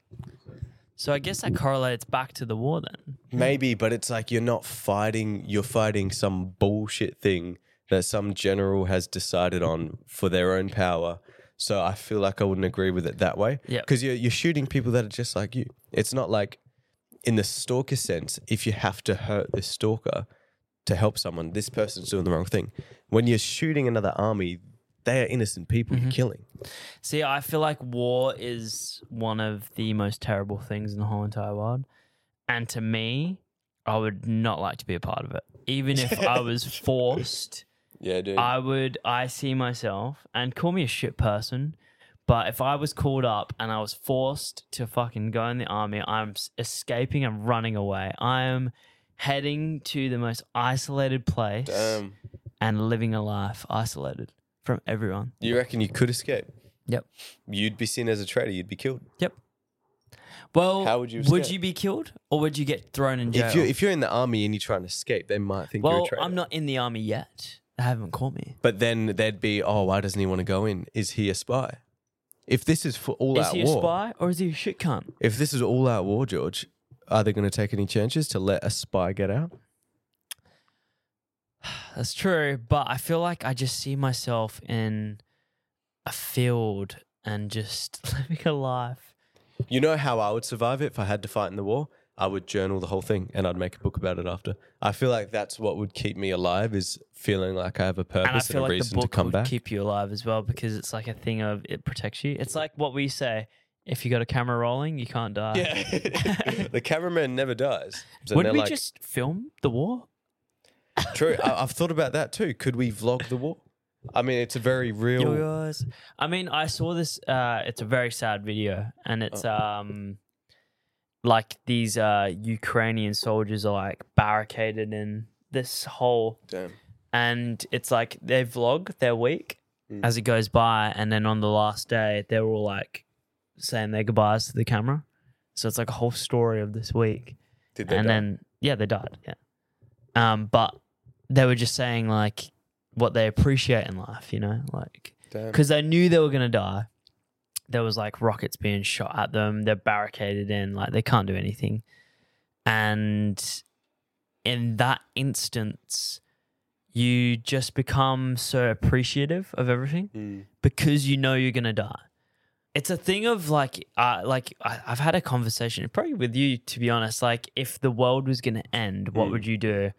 Speaker 2: So I guess that correlates back to the war then.
Speaker 1: Maybe, but it's like you're not fighting, you're fighting some bullshit thing that some general has decided on for their own power. So I feel like I wouldn't agree with it that way.
Speaker 2: Yep.
Speaker 1: Because you're, you're shooting people that are just like you. It's not like in the stalker sense, if you have to hurt this stalker to help someone, this person's doing the wrong thing. When you're shooting another army, they are innocent people you're killing.
Speaker 2: See, I feel like war is one of the most terrible things in the whole entire world. And to me, I would not like to be a part of it. Even if I was forced,
Speaker 1: Yeah, dude.
Speaker 2: I would I see myself and call me a shit person, but if I was called up and I was forced to fucking go in the army, I'm s- escaping and running away. I am heading to the most isolated place
Speaker 1: Damn.
Speaker 2: and living a life isolated from everyone.
Speaker 1: You reckon you could escape?
Speaker 2: Yep.
Speaker 1: You'd be seen as a traitor, you'd be killed.
Speaker 2: Yep. Well,
Speaker 1: How would you
Speaker 2: would
Speaker 1: escape?
Speaker 2: you be killed or would you get thrown in jail?
Speaker 1: If you're if you're in the army and you try and escape, they might think you're
Speaker 2: well,
Speaker 1: a traitor.
Speaker 2: I'm not in the army yet. They haven't caught me.
Speaker 1: But then they'd be, oh, why doesn't he want to go in? Is he a spy? If this is for all
Speaker 2: Is
Speaker 1: out
Speaker 2: he a
Speaker 1: war,
Speaker 2: spy or is he a shit cunt?
Speaker 1: if this is all out war, George, are they going to take any chances to let a spy get out?
Speaker 2: That's true, but I feel like I just see myself in a field and just living a life.
Speaker 1: You know how I would survive it if I had to fight in the war? I would journal the whole thing and I'd make a book about it after. I feel like that's what would keep me alive is feeling like I have a purpose
Speaker 2: And I
Speaker 1: and,
Speaker 2: feel
Speaker 1: a
Speaker 2: like the
Speaker 1: reason to
Speaker 2: book
Speaker 1: come
Speaker 2: would
Speaker 1: back.
Speaker 2: keep you alive as well because it's like a thing of it protects you. It's like what we say if you got a camera rolling, you can't die.
Speaker 1: yeah. the cameraman never dies. So
Speaker 2: Would
Speaker 1: they're
Speaker 2: we
Speaker 1: like,
Speaker 2: just film the war?
Speaker 1: true. I, I've thought about that too. Could we vlog the war? I mean, it's a very real.
Speaker 2: Yo, guys. I mean, I saw this. Uh, it's a very sad video, and it's
Speaker 1: Oh.
Speaker 2: um, like these uh, Ukrainian soldiers are like barricaded in this hole,
Speaker 1: Damn.
Speaker 2: and it's like they vlog their week
Speaker 1: Mm.
Speaker 2: as it goes by, and then on the last day, they're all like saying their goodbyes to the camera. So it's like a whole story of this week
Speaker 1: Did they
Speaker 2: and
Speaker 1: die?
Speaker 2: then yeah, they died. Yeah, um, but they were just saying like what they appreciate in life, you know, like
Speaker 1: Damn.
Speaker 2: because they knew they were gonna die. There was like rockets being shot at them. They're barricaded in, like they can't do anything. And in that instance, you just become so appreciative of everything
Speaker 1: Hmm.
Speaker 2: because you know you're gonna die. It's a thing of like, uh, like I, I've had a conversation probably with you to be honest. Like, if the world was gonna end, what
Speaker 1: Mm.
Speaker 2: would you do?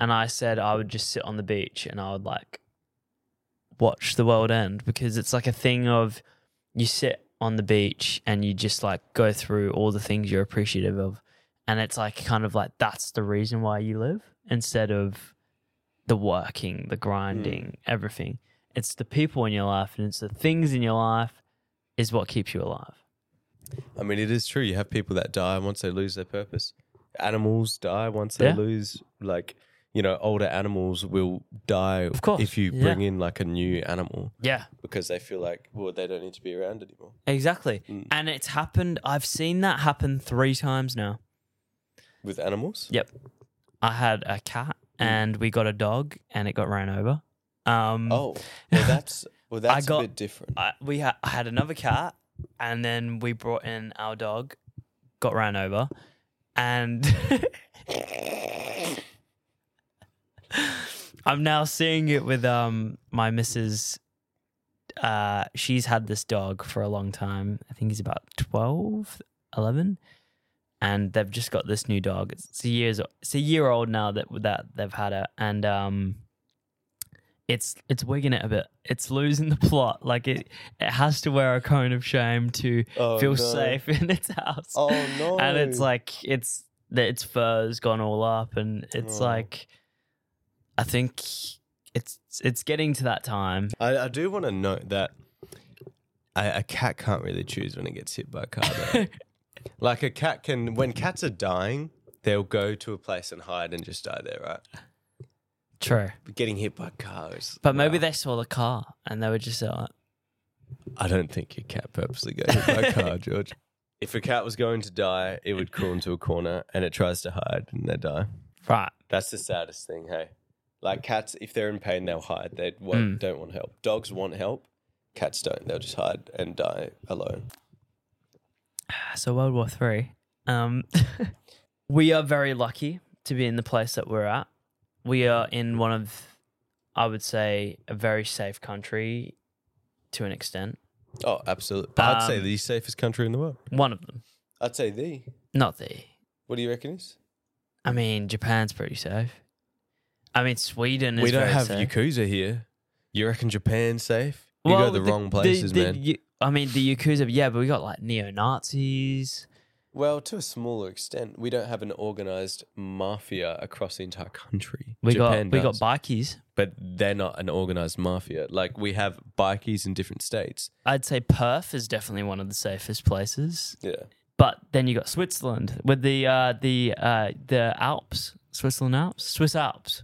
Speaker 2: And I said I would just sit on the beach and I would like watch the world end because it's like a thing of you sit on the beach and you just like go through all the things you're appreciative of, and it's like kind of like that's the reason why you live instead of the working, the grinding, everything it's the people in your life and it's the things in your life is what keeps you alive.
Speaker 1: I mean, it is true. You have people that die once they lose their purpose. Animals die once they
Speaker 2: Yeah.
Speaker 1: lose, like, you know, older animals will die
Speaker 2: Of course,
Speaker 1: if you
Speaker 2: yeah.
Speaker 1: bring in like a new animal
Speaker 2: Yeah,
Speaker 1: because they feel like, well, they don't need to be around anymore.
Speaker 2: exactly.
Speaker 1: Mm.
Speaker 2: And it's happened. I've seen that happen three times now.
Speaker 1: With animals?
Speaker 2: Yep. I had a cat and we got a dog and it got ran over. Um,
Speaker 1: Oh, well, that's, well, that's
Speaker 2: got-
Speaker 1: a bit different.
Speaker 2: I, we ha- I had another cat, and then we brought in our dog, got ran over, and I'm now seeing it with um my missus. Uh, she's had this dog for a long time. I think he's about 12, 11. And they've just got this new dog. It's, it's a years it's a year old now that that they've had it, and um, it's it's wigging it a bit. It's losing the plot. Like it, it has to wear a cone of shame to
Speaker 1: Oh,
Speaker 2: feel
Speaker 1: no.
Speaker 2: safe in its house.
Speaker 1: Oh, no.
Speaker 2: And it's like it's that its fur's gone all up, and it's
Speaker 1: Oh.
Speaker 2: like I think it's it's getting to that time.
Speaker 1: I, I do want to note that a, a cat can't really choose when it gets hit by a car. though. like a cat can, when cats are dying, they'll go to a place and hide and just die there, right?
Speaker 2: True,
Speaker 1: But getting hit by cars.
Speaker 2: but maybe they saw the car and they were just uh, like,
Speaker 1: I don't think your cat purposely got hit by a car, George. If a cat was going to die, it would crawl into a corner and it tries to hide and they die.
Speaker 2: right,
Speaker 1: That's the saddest thing, hey. Like cats, if they're in pain, they'll hide. They
Speaker 2: Mm.
Speaker 1: won't, don't want help. Dogs want help. Cats don't. They'll just hide and die alone.
Speaker 2: so World War Three. Um, we are very lucky to be in the place that we're at. We are in one of, I would say, a very safe country, to an extent.
Speaker 1: Oh, absolutely. But I'd say
Speaker 2: Um,
Speaker 1: the safest country in the world.
Speaker 2: One of them,
Speaker 1: I'd say the.
Speaker 2: not the.
Speaker 1: What do you reckon is?
Speaker 2: I mean, Japan's pretty safe. I mean, Sweden is.
Speaker 1: we don't
Speaker 2: very
Speaker 1: have
Speaker 2: safe.
Speaker 1: Yakuza here. You reckon Japan's safe? You go the, wrong places,
Speaker 2: the-
Speaker 1: man.
Speaker 2: you- I mean, the Yakuza, yeah, but we got like neo Nazis.
Speaker 1: Well, to a smaller extent, we don't have an organized mafia across the entire country.
Speaker 2: We
Speaker 1: Japan
Speaker 2: got we
Speaker 1: does.
Speaker 2: got bikies.
Speaker 1: but they're not an organized mafia. Like we have bikies in different states.
Speaker 2: I'd say Perth is definitely one of the safest places.
Speaker 1: Yeah,
Speaker 2: But then you got Switzerland with the uh, the uh, the Alps, Switzerland Alps, Swiss Alps.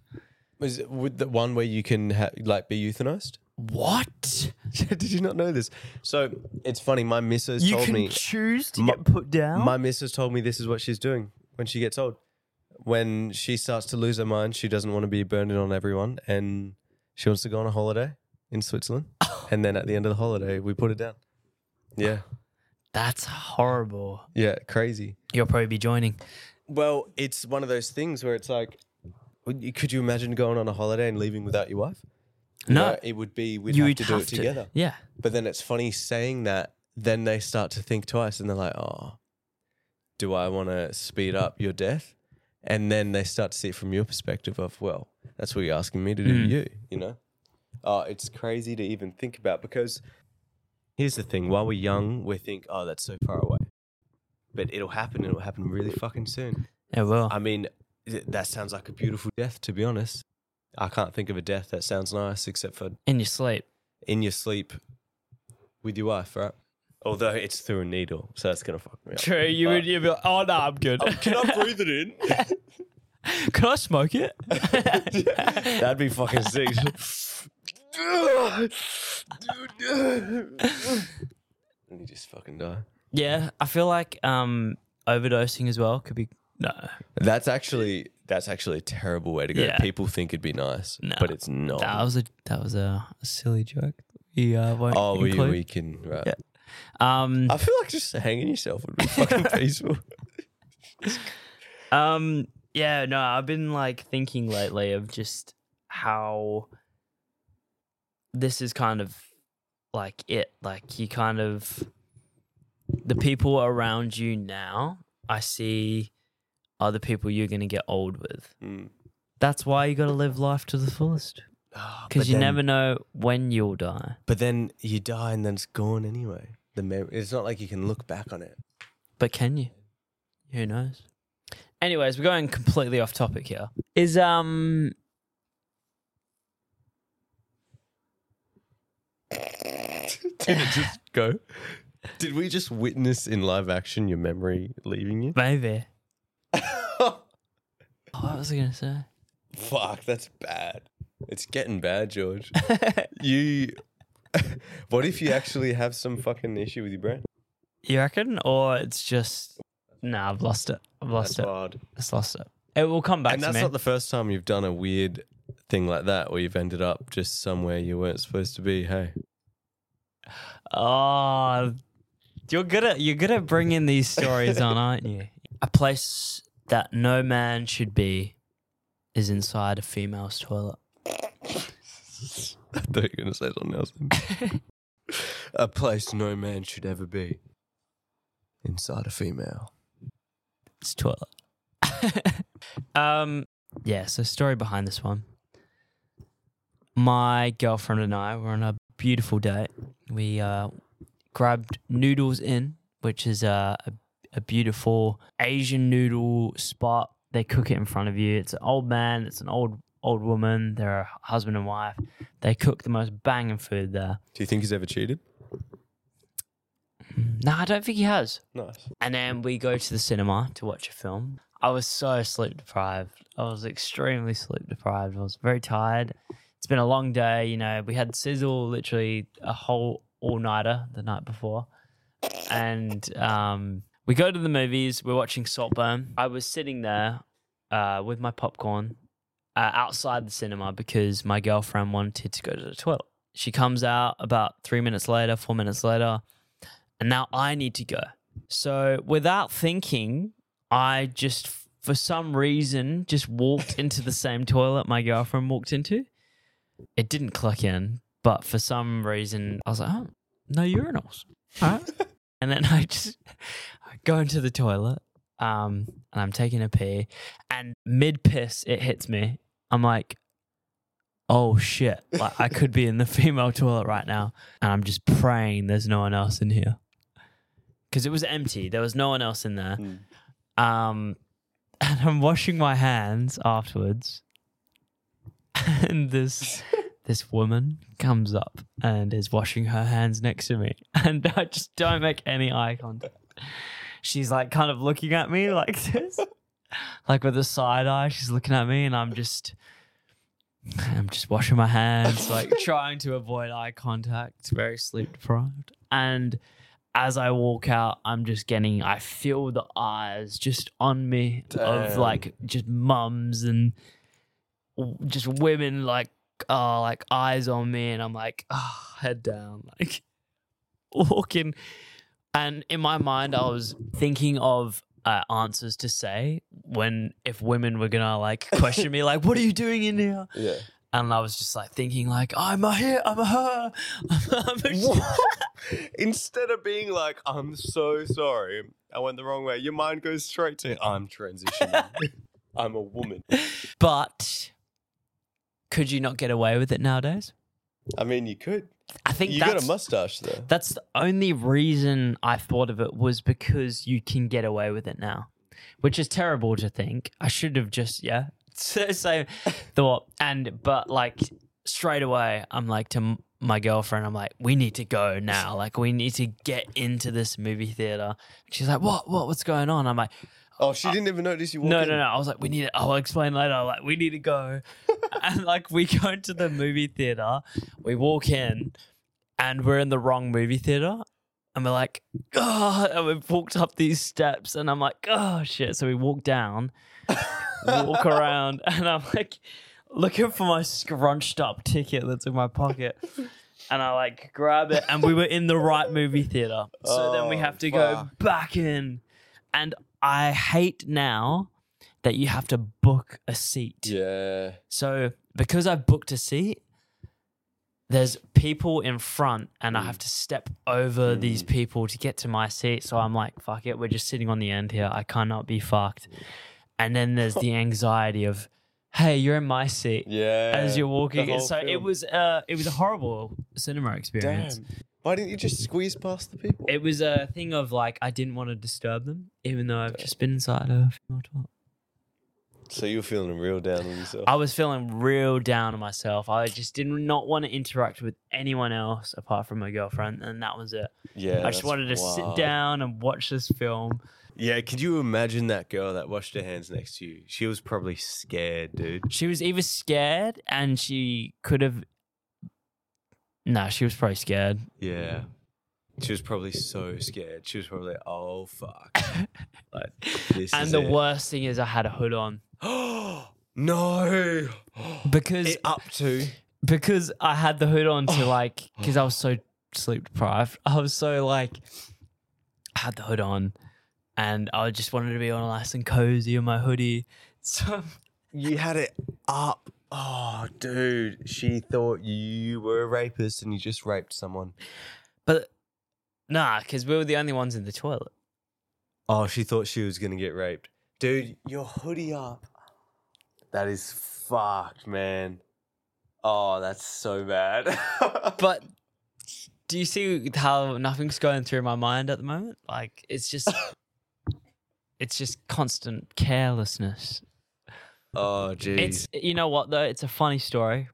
Speaker 1: is it with the one where you can ha- like be euthanized?
Speaker 2: What?
Speaker 1: Did you not know this? So it's funny. My missus
Speaker 2: You
Speaker 1: told
Speaker 2: can
Speaker 1: me.
Speaker 2: choose to
Speaker 1: my-
Speaker 2: get put down.
Speaker 1: My missus told me this is what she's doing when she gets old. When she starts to lose her mind, she doesn't want to be a burden on everyone, and she wants to go on a holiday in Switzerland. and then at the end of the holiday, we put it down. Yeah,
Speaker 2: That's horrible.
Speaker 1: yeah, crazy.
Speaker 2: You'll probably be joining.
Speaker 1: Well, it's one of those things where it's like, could you imagine going on a holiday and leaving without your wife? You
Speaker 2: No,
Speaker 1: know, it would be we'd
Speaker 2: you
Speaker 1: have
Speaker 2: would
Speaker 1: to do
Speaker 2: have
Speaker 1: it together.
Speaker 2: Yeah.
Speaker 1: But then it's funny saying that. Then they start to think twice, and they're like, "Oh, do I want to speed up your death?" And then they start to see it from your perspective of, "Well, that's what you're asking me to do
Speaker 2: Mm.
Speaker 1: to you." You know, oh, it's crazy to even think about because here's the thing: while we're young, we think, "Oh, that's so far away," but it'll happen, and it'll happen really fucking soon.
Speaker 2: It will.
Speaker 1: I mean, th- that sounds like a beautiful death, to be honest. I can't think of a death that sounds nice except for
Speaker 2: In your sleep.
Speaker 1: in your sleep with your wife, right? Although it's through a needle, so that's gonna fuck me up.
Speaker 2: True. You would. You'd be like, oh no, I'm good.
Speaker 1: Can I breathe it in?
Speaker 2: Can I smoke it?
Speaker 1: That'd be fucking sick. and you just fucking die.
Speaker 2: yeah, I feel like um overdosing as well could be no.
Speaker 1: That's actually that's actually a terrible way to go.
Speaker 2: Yeah.
Speaker 1: People think it'd be nice,
Speaker 2: No.
Speaker 1: but it's not.
Speaker 2: That was a that was a, a silly joke. You uh, won't
Speaker 1: oh, we,
Speaker 2: include.
Speaker 1: we can. Right.
Speaker 2: Yeah. Um,
Speaker 1: I feel like just hanging yourself would be fucking peaceful.
Speaker 2: um, yeah, no, I've been like thinking lately of just how this is kind of like it. Like you kind of the people around you now. I see are the people you're gonna get old with.
Speaker 1: Mm.
Speaker 2: That's why you gotta live life to the fullest.
Speaker 1: Ah,
Speaker 2: Because you never know when you'll die.
Speaker 1: But then you die, and then it's gone anyway. The mem- it's not like you can look back on it.
Speaker 2: But can you? Who knows? Anyways, we're going completely off topic here. Is um
Speaker 1: Did it just go? Did we just witness in live action your memory leaving you?
Speaker 2: maybe. Oh, what was I gonna say?
Speaker 1: Fuck, that's bad. It's getting bad, George. you. what if you actually have some fucking issue with your brain?
Speaker 2: You reckon? Or it's just Nah, I've lost it. I've lost
Speaker 1: That's
Speaker 2: it.
Speaker 1: hard.
Speaker 2: It's lost it. It will come back
Speaker 1: And
Speaker 2: to
Speaker 1: that's
Speaker 2: me.
Speaker 1: not the first time you've done a weird thing like that, where you've ended up just somewhere you weren't supposed to be. Hey,
Speaker 2: oh you're good at you're good at bringing these stories on, aren't you? A place that no man should be is inside a female's toilet.
Speaker 1: I thought you were gonna say something else. a place no man should ever be. Inside a female.
Speaker 2: It's toilet. um, yeah. So story behind this one. My girlfriend and I were on a beautiful date. We uh, grabbed noodles in, which is uh, a a beautiful Asian noodle spot. They cook it in front of you. It's an old man. It's an old old woman. They're a husband and wife. They cook the most banging food there.
Speaker 1: Do you think he's ever cheated?
Speaker 2: No, I don't think he has.
Speaker 1: Nice.
Speaker 2: And then we go to the cinema to watch a film. I was so sleep deprived. I was extremely sleep deprived. I was very tired. It's been a long day. You know, we had sizzle literally a whole all nighter the night before. And um, we go to the movies. We're watching Saltburn. I was sitting there uh, with my popcorn uh, outside the cinema because my girlfriend wanted to go to the toilet. She comes out about three minutes later, four minutes later. And now I need to go. So without thinking, I just, for some reason, just walked into the same toilet my girlfriend walked into. It didn't click in, but for some reason, I was like, oh, no urinals. All right. and then I just I go into the toilet um, and I'm taking a pee. And mid piss, it hits me. I'm like, oh shit, like, I could be in the female toilet right now. And I'm just praying there's no one else in here because it was empty. There was no one else in there. Um, and I'm washing my hands afterwards, and this this woman comes up and is washing her hands next to me, and I just don't make any eye contact. She's like kind of looking at me like this, like with a side eye. She's looking at me, and I'm just I'm just washing my hands, like trying to avoid eye contact, very sleep deprived. And as I walk out, I'm just getting, I feel the eyes just on me of
Speaker 1: Damn.
Speaker 2: like just mums and w- just women, like, oh, like eyes on me. And I'm like, oh, head down, like walking. And in my mind, I was thinking of uh, answers to say when if women were gonna like question me, like, "What are you doing in here?"
Speaker 1: Yeah.
Speaker 2: And I was just like thinking, like, "I'm a he, I'm a her, I'm a she."
Speaker 1: Instead of being like, I'm so sorry, I went the wrong way, your mind goes straight to, I'm transitioning. I'm a woman.
Speaker 2: But could you not get away with it nowadays?
Speaker 1: I mean, you could.
Speaker 2: I think
Speaker 1: You got
Speaker 2: that's
Speaker 1: a mustache, though.
Speaker 2: that's the only reason I thought of it was because you can get away with it now, which is terrible to think. I should have just yeah, so same thought. And but like straight away, I'm like to m- my girlfriend, I'm like, we need to go now. Like we need to get into this movie theater. She's like, what? What? What's going on? I'm like,
Speaker 1: Oh, she didn't even notice you walked
Speaker 2: no,
Speaker 1: in.
Speaker 2: no, no. I was like, we need it. I'll explain later. Like, we need to go. and like, we go to the movie theater. We walk in, and we're in the wrong movie theater. And we're like, oh, and we've walked up these steps. And I'm like, oh, shit. So we walk down, walk around, and I'm like, looking for my scrunched up ticket that's in my pocket. And I like grab it, and we were in the right movie theater. So then we
Speaker 1: Oh,
Speaker 2: have to go
Speaker 1: fuck.
Speaker 2: back in. And I hate now that you have to book a seat.
Speaker 1: Yeah.
Speaker 2: So because I booked a seat, there's people in front and
Speaker 1: Mm.
Speaker 2: I have to step over these people to get to my seat. So I'm like, fuck it, we're just sitting on the end here. I cannot be fucked. And then there's the anxiety of, hey, you're in my seat
Speaker 1: Yeah.
Speaker 2: as you're walking. And
Speaker 1: whole
Speaker 2: so it
Speaker 1: film.
Speaker 2: was uh it was a horrible cinema experience.
Speaker 1: Damn. Why didn't you just squeeze past the people?
Speaker 2: It was a thing of like I didn't want to disturb them, even though I've just been inside a female toilet.
Speaker 1: So you were feeling real down on yourself.
Speaker 2: I was feeling real down on myself. I just did not want to interact with anyone else apart from my girlfriend, and that was it.
Speaker 1: yeah.
Speaker 2: I just wanted to sit down and watch this film.
Speaker 1: Yeah, could you imagine that girl that washed her hands next to you? She was probably scared, dude.
Speaker 2: She was either scared and she could have. No, she was probably scared.
Speaker 1: Yeah. She was probably so scared. She was probably like, oh, fuck. like, this
Speaker 2: and
Speaker 1: is
Speaker 2: the
Speaker 1: it.
Speaker 2: worst thing is, I had a hood on
Speaker 1: no.
Speaker 2: because
Speaker 1: It up to.
Speaker 2: because I had the hood on to
Speaker 1: Oh.
Speaker 2: like because I was so sleep deprived. I was so like I had the hood on, and I just wanted to be all nice and cozy in my hoodie. So
Speaker 1: You had it up. Oh, dude. She thought you were a rapist and you just raped someone.
Speaker 2: But nah, because we were the only ones in the toilet.
Speaker 1: Oh, she thought she was gonna get raped. Dude, your hoodie up. That is fucked, man. Oh, that's so bad.
Speaker 2: But do you see how nothing's going through my mind at the moment? Like it's just it's just constant carelessness.
Speaker 1: oh, jeez.
Speaker 2: It's you know what though, it's a funny story.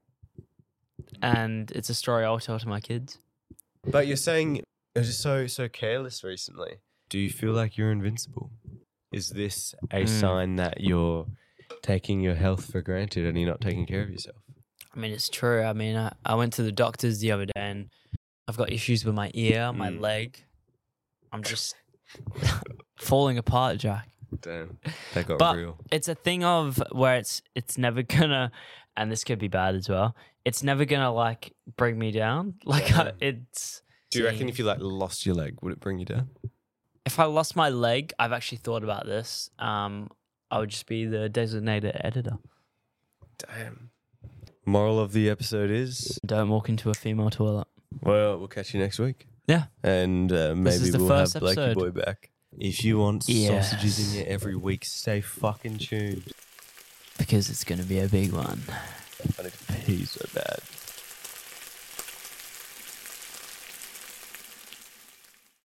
Speaker 2: And it's a story I'll tell to my kids.
Speaker 1: But you're saying you're just so so careless recently. Do you feel like you're invincible? Is this a
Speaker 2: Mm.
Speaker 1: sign that you're taking your health for granted and you're not taking care of yourself?
Speaker 2: I mean it's true. I mean I, I went to the doctors the other day and I've got issues with my ear, my
Speaker 1: Mm.
Speaker 2: leg. I'm just falling apart, Jack.
Speaker 1: Damn, that got
Speaker 2: But-
Speaker 1: real.
Speaker 2: it's a thing of where it's it's never gonna and this could be bad as well it's never gonna like bring me down like I,
Speaker 1: Yeah.
Speaker 2: it's
Speaker 1: Do you reckon if you like lost your leg, would it bring you down?
Speaker 2: if i lost my leg i've actually thought about this um i would just be the designated editor
Speaker 1: Damn. Moral of the episode is
Speaker 2: don't walk into a female toilet
Speaker 1: Well, we'll catch you next week.
Speaker 2: Yeah.
Speaker 1: And uh,
Speaker 2: This
Speaker 1: maybe
Speaker 2: is the
Speaker 1: we'll
Speaker 2: first
Speaker 1: have Blakey
Speaker 2: episode.
Speaker 1: Boy back. If you want
Speaker 2: Yes.
Speaker 1: sausages in here every week, stay fucking tuned.
Speaker 2: because it's gonna be a big one
Speaker 1: I need to pee so bad.